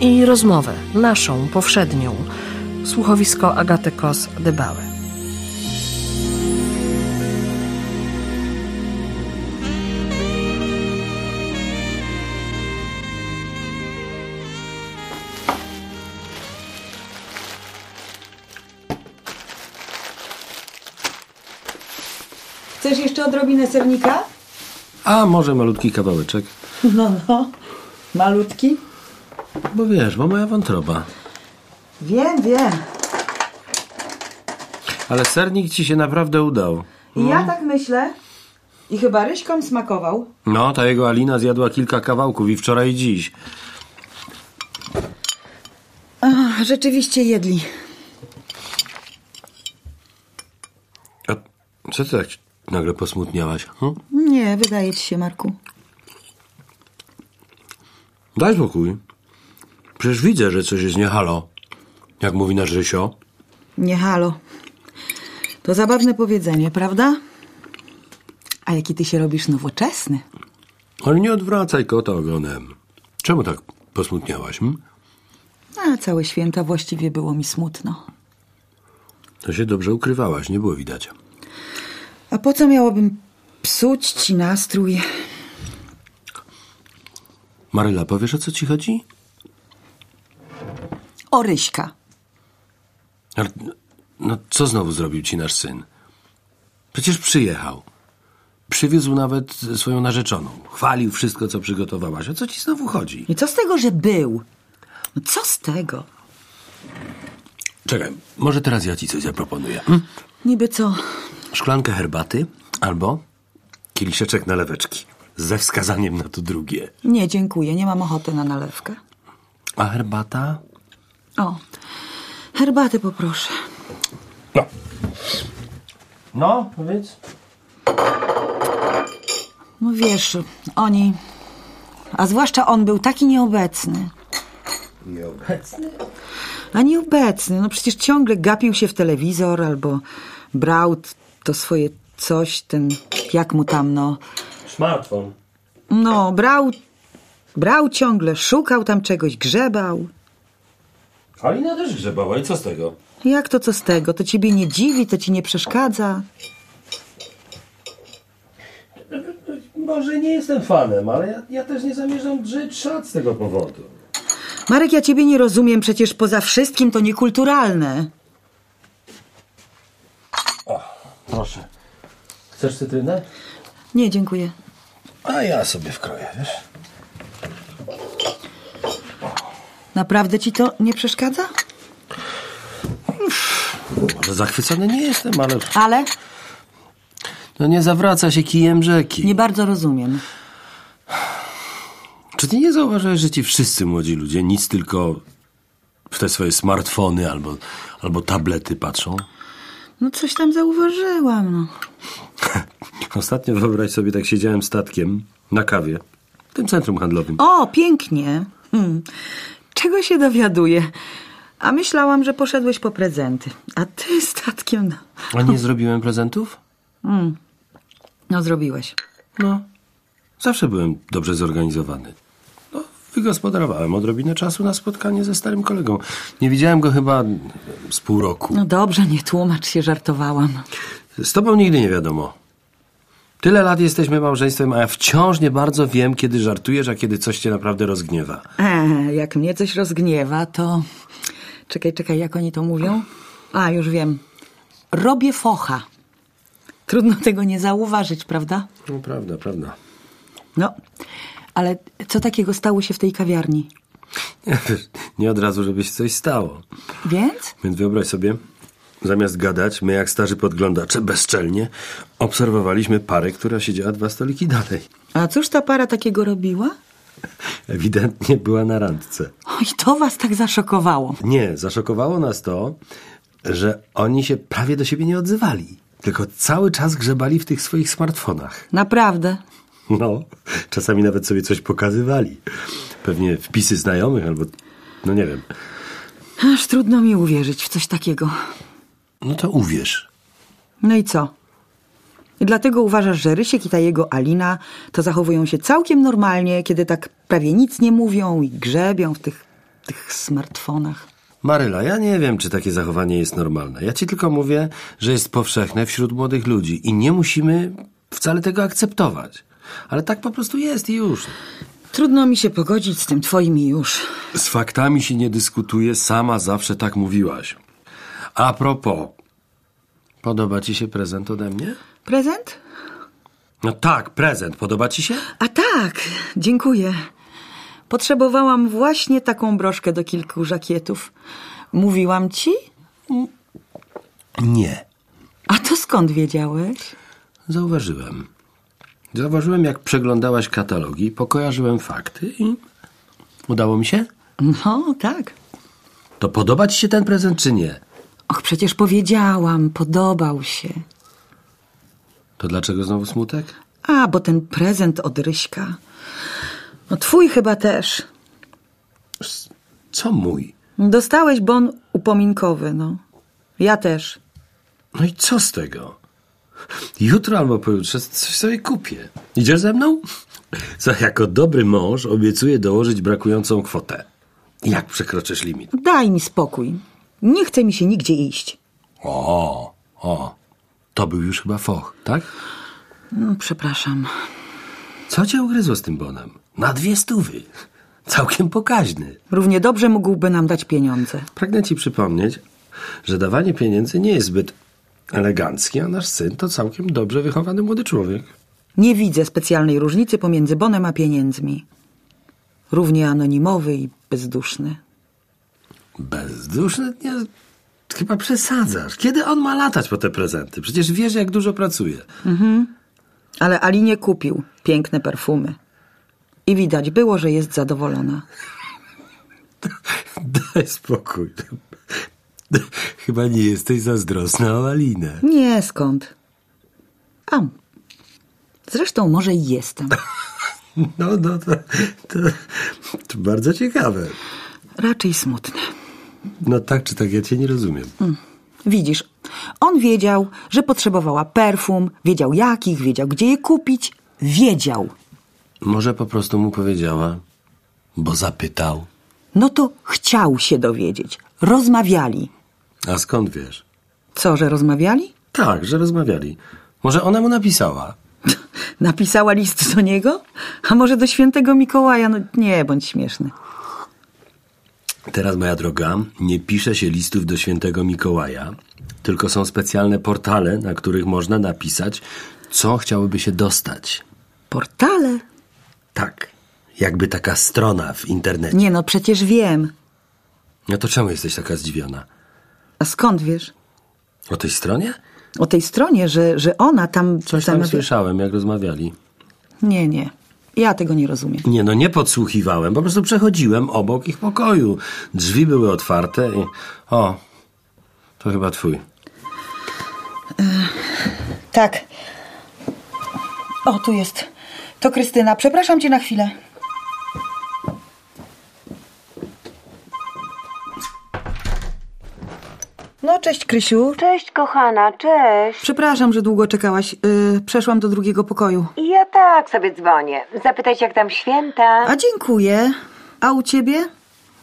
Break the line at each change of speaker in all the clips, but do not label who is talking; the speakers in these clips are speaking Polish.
I rozmowę, naszą, powszednią. Słuchowisko Agaty Kos-Dybałę.
Chcesz jeszcze odrobinę sernika?
A może malutki kawałeczek?
No, no. Malutki?
Bo wiesz, bo moja wątroba.
Wiem, wiem.
Ale sernik ci się naprawdę udał.
I ja tak myślę. I chyba ryśkom smakował.
No, ta jego Alina zjadła kilka kawałków i wczoraj i dziś.
Ach, rzeczywiście jedli.
A co ty tak nagle posmutniałaś? Hm?
Nie, wydaje ci się, Marku.
Daj spokój. Przecież widzę, że coś jest nie halo. Jak mówi nasz Rysio.
Nie halo. To zabawne powiedzenie, prawda? A jaki ty się robisz nowoczesny?
Ale nie odwracaj kota ogonem. Czemu tak posmutniałaś? Hm?
A całe święta właściwie było mi smutno.
To się dobrze ukrywałaś, nie było widać.
A po co miałabym psuć ci nastrój?
Maryla, powiesz o co ci chodzi?
O Ryśka.
Ale, no co znowu zrobił ci nasz syn? Przecież przyjechał. Przywiózł nawet swoją narzeczoną. Chwalił wszystko, co przygotowałaś. O co ci znowu chodzi?
I co z tego, że był? No co z tego?
Czekaj, może teraz ja ci coś zaproponuję. Hm?
Niby co?
Szklankę herbaty albo kieliszeczek naleweczki. Ze wskazaniem na to drugie.
Nie, dziękuję, nie mam ochoty na nalewkę.
A herbata?
O, herbaty poproszę.
No. No, powiedz.
No wiesz, oni, a zwłaszcza on był taki nieobecny.
Nieobecny?
A nieobecny, no przecież ciągle gapił się w telewizor albo brał t- to swoje coś, ten, jak mu tam, no.
Smartfon.
No, brał, brał ciągle, szukał tam czegoś, grzebał.
Alina też grzebała i co z tego?
Jak to co z tego? To ciebie nie dziwi, to ci nie przeszkadza?
Może nie jestem fanem, ale ja, ja też nie zamierzam drzeć szat z tego powodu.
Marek, ja ciebie nie rozumiem, przecież poza wszystkim to niekulturalne.
Proszę. Chcesz cytrynę?
Nie, dziękuję.
A ja sobie wkroję, wiesz?
Naprawdę ci to nie przeszkadza?
Może zachwycony nie jestem, ale
Ale
no nie zawraca się kijem rzeki.
nie bardzo rozumiem.
Czy ty nie zauważyłeś, że ci wszyscy młodzi ludzie nic tylko w te swoje smartfony albo, albo tablety patrzą?
No coś tam zauważyłam, no.
Ostatnio, wyobraź sobie, tak siedziałem statkiem na kawie w tym centrum handlowym.
O, pięknie. Hmm. Czego się dowiaduję? A myślałam, że poszedłeś po prezenty. A ty statkiem, no.
A nie zrobiłem prezentów?
No zrobiłeś.
No, zawsze byłem dobrze zorganizowany. No, wygospodarowałem odrobinę czasu na spotkanie ze starym kolegą. Nie widziałem go chyba e, z pół roku.
No dobrze, nie tłumacz się, żartowałam.
Z tobą nigdy nie wiadomo. Tyle lat jesteśmy małżeństwem, a ja wciąż nie bardzo wiem, kiedy żartujesz, a kiedy coś cię naprawdę rozgniewa.
E, jak mnie coś rozgniewa, to... Czekaj, czekaj, jak oni to mówią? A, już wiem. Robię focha. Trudno tego nie zauważyć, prawda?
No prawda, prawda.
No, ale co takiego stało się w tej kawiarni?
Nie od razu, żeby się coś stało.
Więc?
Więc wyobraź sobie, zamiast gadać, my jak starzy podglądacze bezczelnie obserwowaliśmy parę, która siedziała dwa stoliki dalej.
A cóż ta para takiego robiła?
Ewidentnie była na randce.
Oj, to was tak zaszokowało.
Nie, zaszokowało nas to, że oni się prawie do siebie nie odzywali. Tylko cały czas grzebali w tych swoich smartfonach.
Naprawdę.
No, czasami nawet sobie coś pokazywali. Pewnie wpisy znajomych albo, no nie wiem.
Aż trudno mi uwierzyć w coś takiego.
No to uwierz.
No i co? I dlatego uważasz, że Rysiek i ta jego Alina to zachowują się całkiem normalnie, kiedy tak prawie nic nie mówią i grzebią w tych, tych smartfonach.
Maryla, ja nie wiem, czy takie zachowanie jest normalne. Ja ci tylko mówię, że jest powszechne wśród młodych ludzi i nie musimy wcale tego akceptować. Ale tak po prostu jest i już.
Trudno mi się pogodzić z tym twoim i już.
Z faktami się nie dyskutuje, sama zawsze tak mówiłaś. A propos, podoba ci się prezent ode mnie?
Prezent?
No tak, prezent. Podoba ci się?
A tak, dziękuję. Potrzebowałam właśnie taką broszkę do kilku żakietów. Mówiłam ci?
Nie.
A to skąd wiedziałeś?
Zauważyłem. Zauważyłem, jak przeglądałaś katalogi, pokojarzyłem fakty i udało mi się.
No, tak.
To podoba ci się ten prezent, czy nie?
Och, przecież powiedziałam, podobał się.
To dlaczego znowu smutek?
A, bo ten prezent od Ryśka. No twój chyba też.
Co mój?
Dostałeś bon upominkowy, no. Ja też.
No i co z tego? Jutro albo pojutrze coś sobie kupię. Idziesz ze mną? Za jako dobry mąż obiecuję dołożyć brakującą kwotę. Jak przekroczysz limit?
No Daj mi spokój. Nie chce mi się nigdzie iść.
O, o. To był już chyba foch, tak?
No, przepraszam.
Co cię ugryzło z tym bonem? Na dwie stówy. Całkiem pokaźny.
Równie dobrze mógłby nam dać pieniądze.
Pragnę ci przypomnieć, że dawanie pieniędzy nie jest zbyt eleganckie, a nasz syn to całkiem dobrze wychowany młody człowiek.
Nie widzę specjalnej różnicy pomiędzy bonem a pieniędzmi. Równie anonimowy i bezduszny.
Bezduszny? Nie, chyba przesadzasz. Kiedy on ma latać po te prezenty? Przecież wiesz, jak dużo pracuje.
Ale Alinie kupił piękne perfumy. I widać było, że jest zadowolona.
Daj spokój. Chyba nie jesteś zazdrosna o Alinę.
Nie, skąd? A, zresztą może i jestem.
No, no, to, to, to bardzo ciekawe.
Raczej smutny.
No tak czy tak, ja cię nie rozumiem.
Widzisz, on wiedział, że potrzebowała perfum, wiedział jakich, wiedział gdzie je kupić. Wiedział.
Może po prostu mu powiedziała, bo zapytał.
No to chciał się dowiedzieć. Rozmawiali.
A skąd wiesz?
Co, że rozmawiali?
Tak, że rozmawiali. Może ona mu napisała?
Napisała list do niego? A może do świętego Mikołaja? No nie, bądź śmieszny.
Teraz, moja droga, nie pisze się listów do świętego Mikołaja, tylko są specjalne portale, na których można napisać, co chciałoby się dostać.
Portale?
Tak, jakby taka strona w internecie.
Nie no, przecież wiem.
No to czemu jesteś taka zdziwiona?
A skąd wiesz?
O tej stronie?
O tej stronie, że, że ona tam...
Coś tam
zamawia-
słyszałem, jak rozmawiali.
Nie, nie. Ja tego nie rozumiem.
Nie no, nie podsłuchiwałem, po prostu przechodziłem obok ich pokoju. Drzwi były otwarte i... O, to chyba twój.
Tak. O, tu jest. To Krystyna. Przepraszam cię na chwilę. No, cześć Krysiu.
Cześć kochana, cześć.
Przepraszam, że długo czekałaś. Yy, przeszłam do drugiego pokoju.
I Ja tak sobie dzwonię. Zapytać jak tam święta.
A dziękuję. A u ciebie?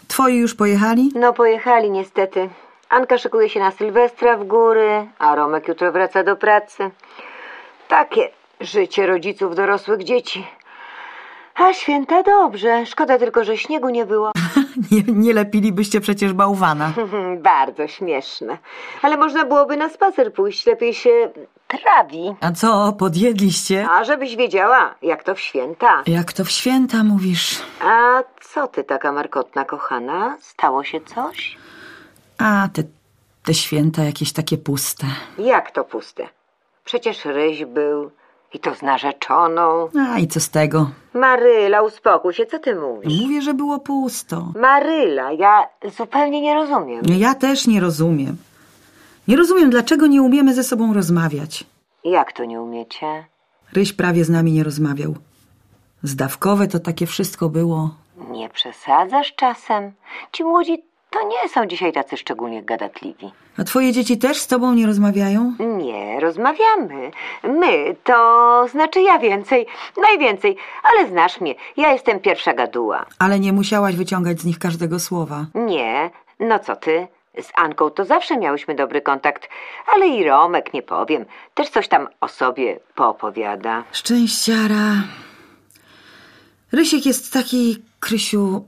Twoi już pojechali?
No pojechali niestety. Anka szykuje się na Sylwestra w góry, a Romek jutro wraca do pracy. Takie życie rodziców dorosłych dzieci. A święta dobrze. Szkoda tylko, że śniegu nie było.
Nie, nie lepilibyście przecież bałwana.
Bardzo śmieszne. Ale można byłoby na spacer pójść. Lepiej się trawi.
A co, podjedliście?
A żebyś wiedziała, jak to w święta.
Jak to w święta mówisz?
A co ty taka markotna, kochana? Stało się coś?
A, te, te święta jakieś takie puste.
Jak to puste? Przecież ryś był i to z narzeczoną.
A i co z tego?
Maryla, uspokój się, co ty mówisz?
Mówię, że było pusto.
Maryla, ja zupełnie nie rozumiem.
Ja też nie rozumiem. Nie rozumiem, dlaczego nie umiemy ze sobą rozmawiać.
Jak to nie umiecie?
Ryś prawie z nami nie rozmawiał. Zdawkowe to takie wszystko było.
Nie przesadzasz czasem? Ci młodzi to nie są dzisiaj tacy szczególnie gadatliwi.
A twoje dzieci też z tobą nie rozmawiają?
Nie, rozmawiamy. My, to znaczy ja więcej, najwięcej, ale znasz mnie, ja jestem pierwsza gaduła.
Ale nie musiałaś wyciągać z nich każdego słowa.
Nie, no co ty? Z Anką to zawsze miałyśmy dobry kontakt, ale i Romek, nie powiem, też coś tam o sobie poopowiada.
Szczęściara. Rysiek jest taki, Krysiu,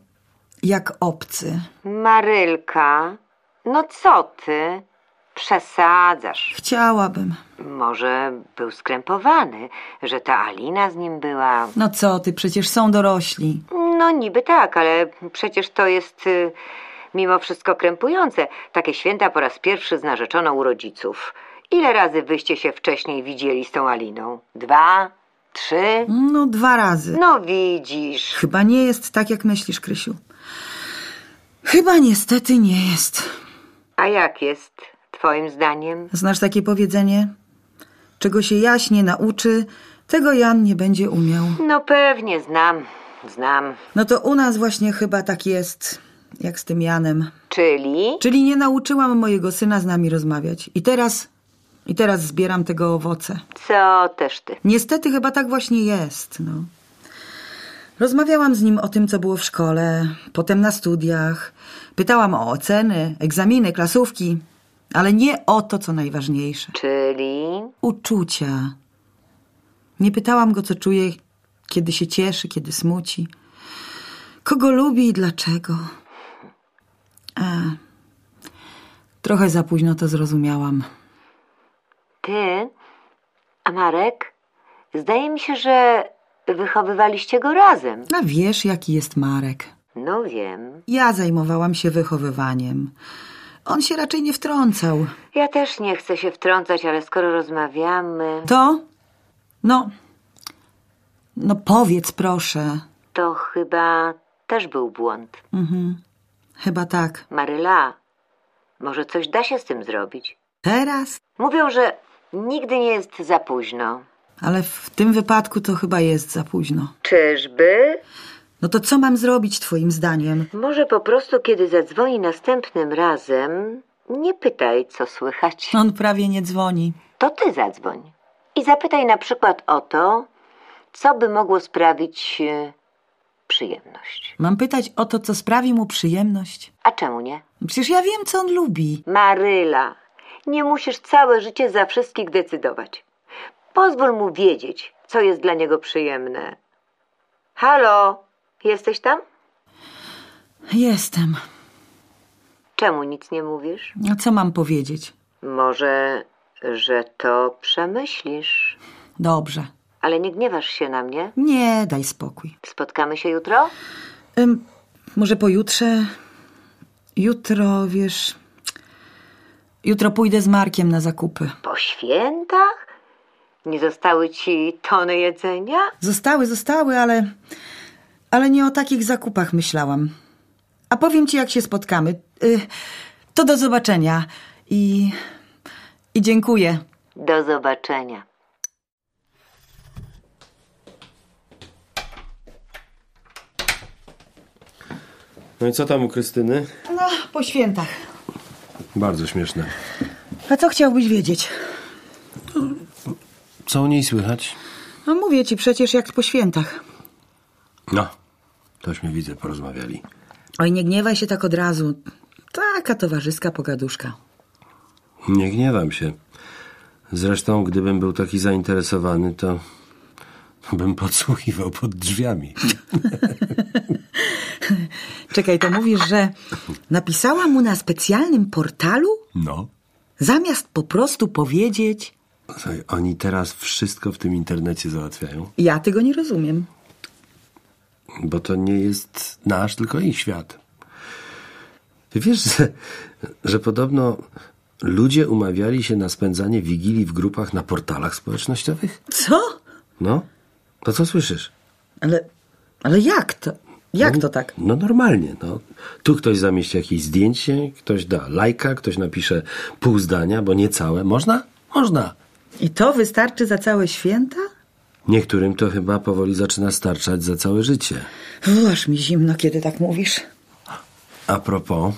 jak obcy.
Marylka, no co ty? Przesadzasz.
Chciałabym.
Może był skrępowany, że ta Alina z nim była.
No co ty, przecież są dorośli.
No niby tak, ale przecież to jest y, mimo wszystko krępujące. Takie święta po raz pierwszy z narzeczoną u rodziców. Ile razy wyście się wcześniej widzieli z tą Aliną? Dwa? Trzy?
No dwa razy.
No widzisz.
Chyba nie jest tak, jak myślisz, Krysiu. Chyba niestety nie jest.
A jak jest, twoim zdaniem?
Znasz takie powiedzenie? Czego się Jaś nie nauczy, tego Jan nie będzie umiał.
No pewnie, znam, znam.
No to u nas właśnie chyba tak jest, jak z tym Janem.
Czyli?
Czyli nie nauczyłam mojego syna z nami rozmawiać. I teraz, i teraz zbieram tego owoce.
Co też ty?
Niestety chyba tak właśnie jest, no. Rozmawiałam z nim o tym, co było w szkole, potem na studiach. Pytałam o oceny, egzaminy, klasówki, ale nie o to, co najważniejsze.
Czyli?
Uczucia. Nie pytałam go, co czuje, kiedy się cieszy, kiedy smuci, kogo lubi i dlaczego. E, trochę za późno to zrozumiałam.
Ty, a Marek, zdaje mi się, że wychowywaliście go razem.
A wiesz, jaki jest Marek.
No wiem.
Ja zajmowałam się wychowywaniem. On się raczej nie wtrącał.
Ja też nie chcę się wtrącać, ale skoro rozmawiamy,
To? No. No powiedz proszę.
to chyba też był błąd.
Chyba tak.
Maryla, może coś da się z tym zrobić?
Teraz?
Mówią, że nigdy nie jest za późno.
Ale w tym wypadku to chyba jest za późno.
Czyżby?
No to co mam zrobić twoim zdaniem?
Może po prostu, kiedy zadzwoni następnym razem, nie pytaj, co słychać.
On prawie nie dzwoni.
to ty zadzwoń i zapytaj na przykład o to, co by mogło sprawić e, przyjemność.
Mam pytać o to, co sprawi mu przyjemność?
A czemu nie?
Przecież ja wiem, co on lubi.
Maryla, nie musisz całe życie za wszystkich decydować. Pozwól mu wiedzieć, co jest dla niego przyjemne. Halo, jesteś tam?
Jestem.
Czemu nic nie mówisz?
A co mam powiedzieć?
Może, że to przemyślisz,
Dobrze.
ale nie gniewasz się na mnie?
Nie, daj spokój.
Spotkamy się jutro?
Ym, może pojutrze? Jutro, wiesz... Jutro pójdę z Markiem na zakupy.
Po świętach? Nie zostały ci tony jedzenia?
Zostały, zostały, ale... Ale nie o takich zakupach myślałam. A powiem ci, jak się spotkamy. Y, to do zobaczenia. I... I dziękuję.
Do zobaczenia.
No i co tam u Krystyny?
No, po świętach.
Bardzo śmieszne.
A co chciałbyś wiedzieć?
Co o niej słychać?
No mówię ci przecież jak po świętach.
No, tośmy widzę, porozmawiali.
Oj, nie gniewaj się tak od razu. Taka towarzyska pogaduszka.
Nie gniewam się. Zresztą, gdybym był taki zainteresowany, to bym podsłuchiwał pod drzwiami.
Czekaj, to mówisz, że napisała mu na specjalnym portalu?
No.
Zamiast po prostu powiedzieć,
Słuchaj, oni teraz wszystko w tym internecie załatwiają,
ja tego nie rozumiem.
bo to nie jest nasz, tylko ich świat. Ty wiesz, że, że podobno ludzie umawiali się na spędzanie wigilii w grupach na portalach społecznościowych?
Co?
No. To co słyszysz?
Ale, ale jak to? Jak to tak?
No normalnie, no. Tu ktoś zamieści jakieś zdjęcie, ktoś da lajka, ktoś napisze pół zdania, bo nie całe. Można? Można.
I to wystarczy za całe święta?
Niektórym to chyba powoli zaczyna starczać za całe życie.
Uż mi zimno, kiedy tak mówisz.
A propos,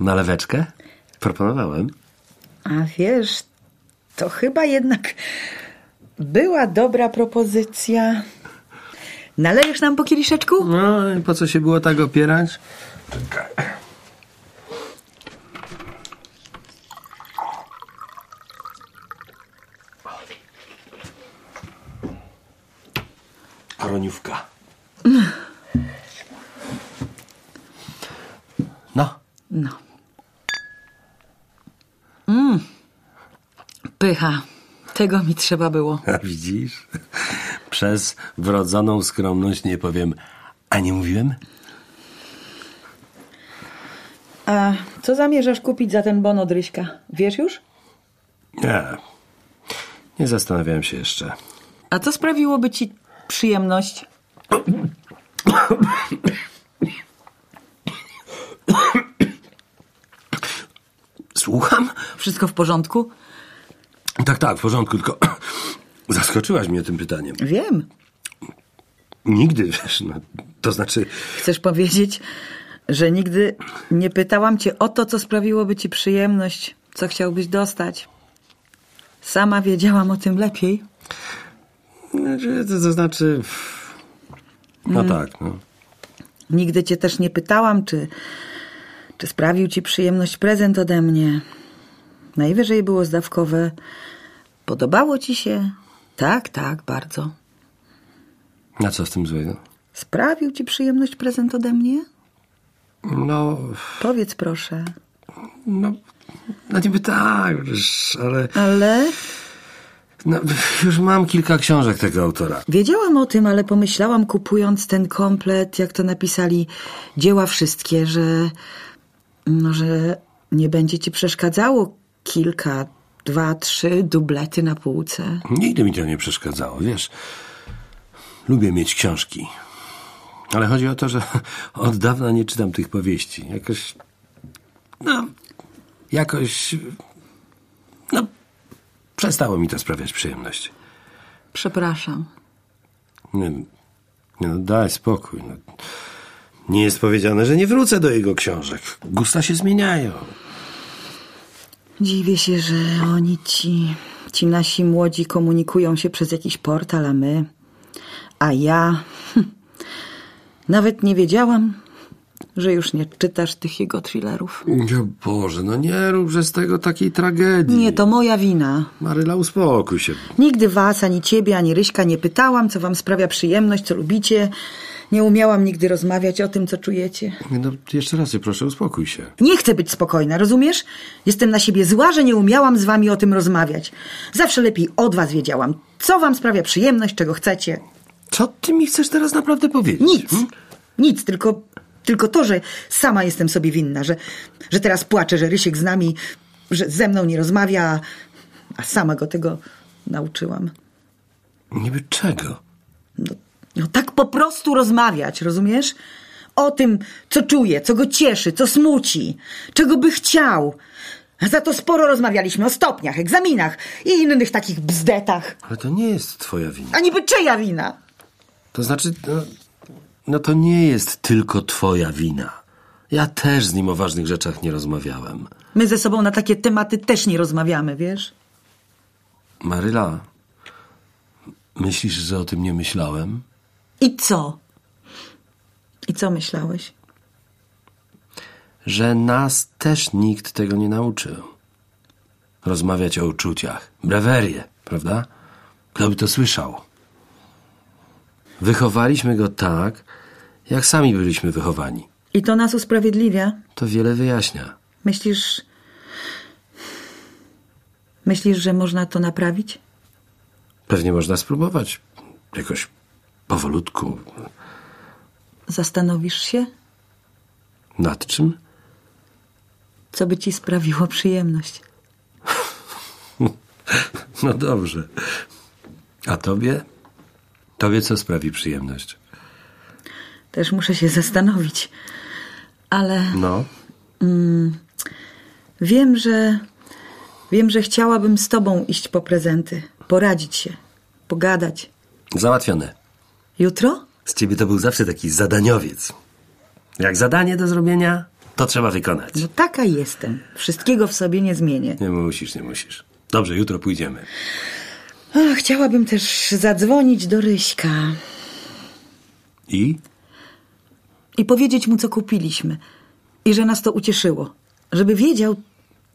Naleweczkę? Proponowałem.
A wiesz, to chyba jednak była dobra propozycja. Nalejesz nam po kieliszeczku?
No i po co się było tak opierać? Koroniówka. No,
No. Mm. Pycha. Tego mi trzeba było.
a widzisz? Przez wrodzoną skromność nie powiem, a nie mówiłem?
A co zamierzasz kupić za ten bon od Ryśka? Wiesz już?
Nie. Nie zastanawiałem się jeszcze.
A co sprawiłoby ci przyjemność?
Słucham?
Wszystko w porządku?
Tak, tak, w porządku, tylko zaskoczyłaś mnie tym pytaniem.
Wiem.
Nigdy, wiesz, no, to znaczy,
Chcesz powiedzieć, że nigdy nie pytałam cię o to, co sprawiłoby ci przyjemność, co chciałbyś dostać? Sama wiedziałam o tym lepiej.
znaczy, to, to znaczy, no tak, no.
Nigdy cię też nie pytałam, czy, czy sprawił ci przyjemność prezent ode mnie. Najwyżej było zdawkowe. Podobało ci się? Tak, tak, bardzo.
Na co z tym złego?
Sprawił ci przyjemność prezent ode mnie?
No,
Powiedz proszę.
no, no niby tak, wiesz, ale
Ale
no, już mam kilka książek tego autora.
wiedziałam o tym, ale pomyślałam, kupując ten komplet, jak to napisali, dzieła wszystkie, że, no, że nie będzie ci przeszkadzało kilka, dwa, trzy dublety na półce.
Nigdy mi to nie przeszkadzało, wiesz. Lubię mieć książki. Ale chodzi o to, że od dawna nie czytam tych powieści. Jakoś. No. Jakoś. No. Przestało mi to sprawiać przyjemność.
Przepraszam.
Nie, nie no daj spokój. No. Nie jest powiedziane, że nie wrócę do jego książek. Gusta się zmieniają.
Dziwię się, że oni ci, ci nasi młodzi komunikują się przez jakiś portal, a my, a ja. hmm, Nawet nie wiedziałam, że już nie czytasz tych jego thrillerów.
O Boże, no nie rób że z tego takiej tragedii.
Nie, to moja wina.
Maryla, uspokój się.
Nigdy was, ani ciebie, ani Ryśka nie pytałam, co wam sprawia przyjemność, co lubicie. Nie umiałam nigdy rozmawiać o tym, co czujecie.
Nie, No, jeszcze raz cię proszę, uspokój się.
Nie chcę być spokojna, rozumiesz? Jestem na siebie zła, że nie umiałam z wami o tym rozmawiać. Zawsze lepiej od was wiedziałam, co wam sprawia przyjemność, czego chcecie.
Co ty mi chcesz teraz naprawdę powiedzieć?
Nic.
Hmm?
Nic, tylko, tylko to, że sama jestem sobie winna, że, że teraz płaczę, że Rysiek z nami, że ze mną nie rozmawia, a sama go tego nauczyłam.
Niby czego?
No tak po prostu rozmawiać, rozumiesz? O tym, co czuje, co go cieszy, co smuci, czego by chciał. A za to sporo rozmawialiśmy o stopniach, egzaminach i innych takich bzdetach.
Ale to nie jest twoja wina.
A niby czyja wina?
To znaczy, no, no to nie jest tylko twoja wina. Ja też z nim o ważnych rzeczach nie rozmawiałem.
My ze sobą na takie tematy też nie rozmawiamy, wiesz?
Maryla, myślisz, że o tym nie myślałem?
I co? I co myślałeś?
Że nas też nikt tego nie nauczył. Rozmawiać o uczuciach. Brewerie, prawda? Kto by to słyszał? Wychowaliśmy go tak, jak sami byliśmy wychowani.
I to nas usprawiedliwia?
To wiele wyjaśnia.
Myślisz. Myślisz, że można to naprawić?
Pewnie można spróbować. Jakoś powolutku.
Zastanowisz się,
Nad czym?
co by ci sprawiło przyjemność?
No dobrze. A tobie? Tobie co sprawi przyjemność?
Też muszę się zastanowić. Ale
No.
wiem, że. Wiem, że chciałabym z tobą iść po prezenty, poradzić się, pogadać.
Załatwione.
Jutro?
Z ciebie to był zawsze taki zadaniowiec. Jak zadanie do zrobienia, To trzeba wykonać.
No taka jestem. Wszystkiego w sobie nie zmienię.
Nie musisz, nie musisz. Dobrze, jutro pójdziemy.
Ach, chciałabym też zadzwonić do Ryśka
I?
i powiedzieć mu, co kupiliśmy. I że nas to ucieszyło. Żeby wiedział,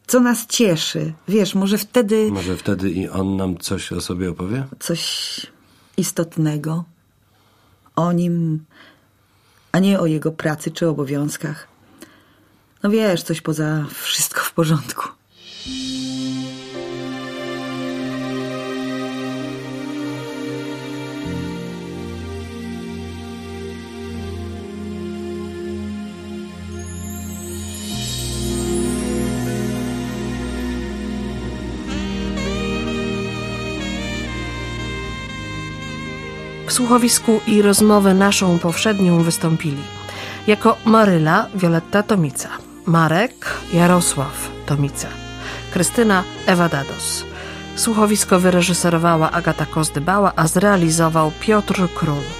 co nas cieszy. Wiesz, może wtedy
Może wtedy i on nam coś o sobie opowie?
coś istotnego o nim, a nie o jego pracy czy obowiązkach. No wiesz, coś poza wszystko w porządku.
W słuchowisku i rozmowę naszą powszednią wystąpili jako Maryla Wioletta Tomica, Marek Jarosław Tomica, Krystyna Ewa Dados. Słuchowisko wyreżyserowała Agata Kozdybała, a zrealizował Piotr Król.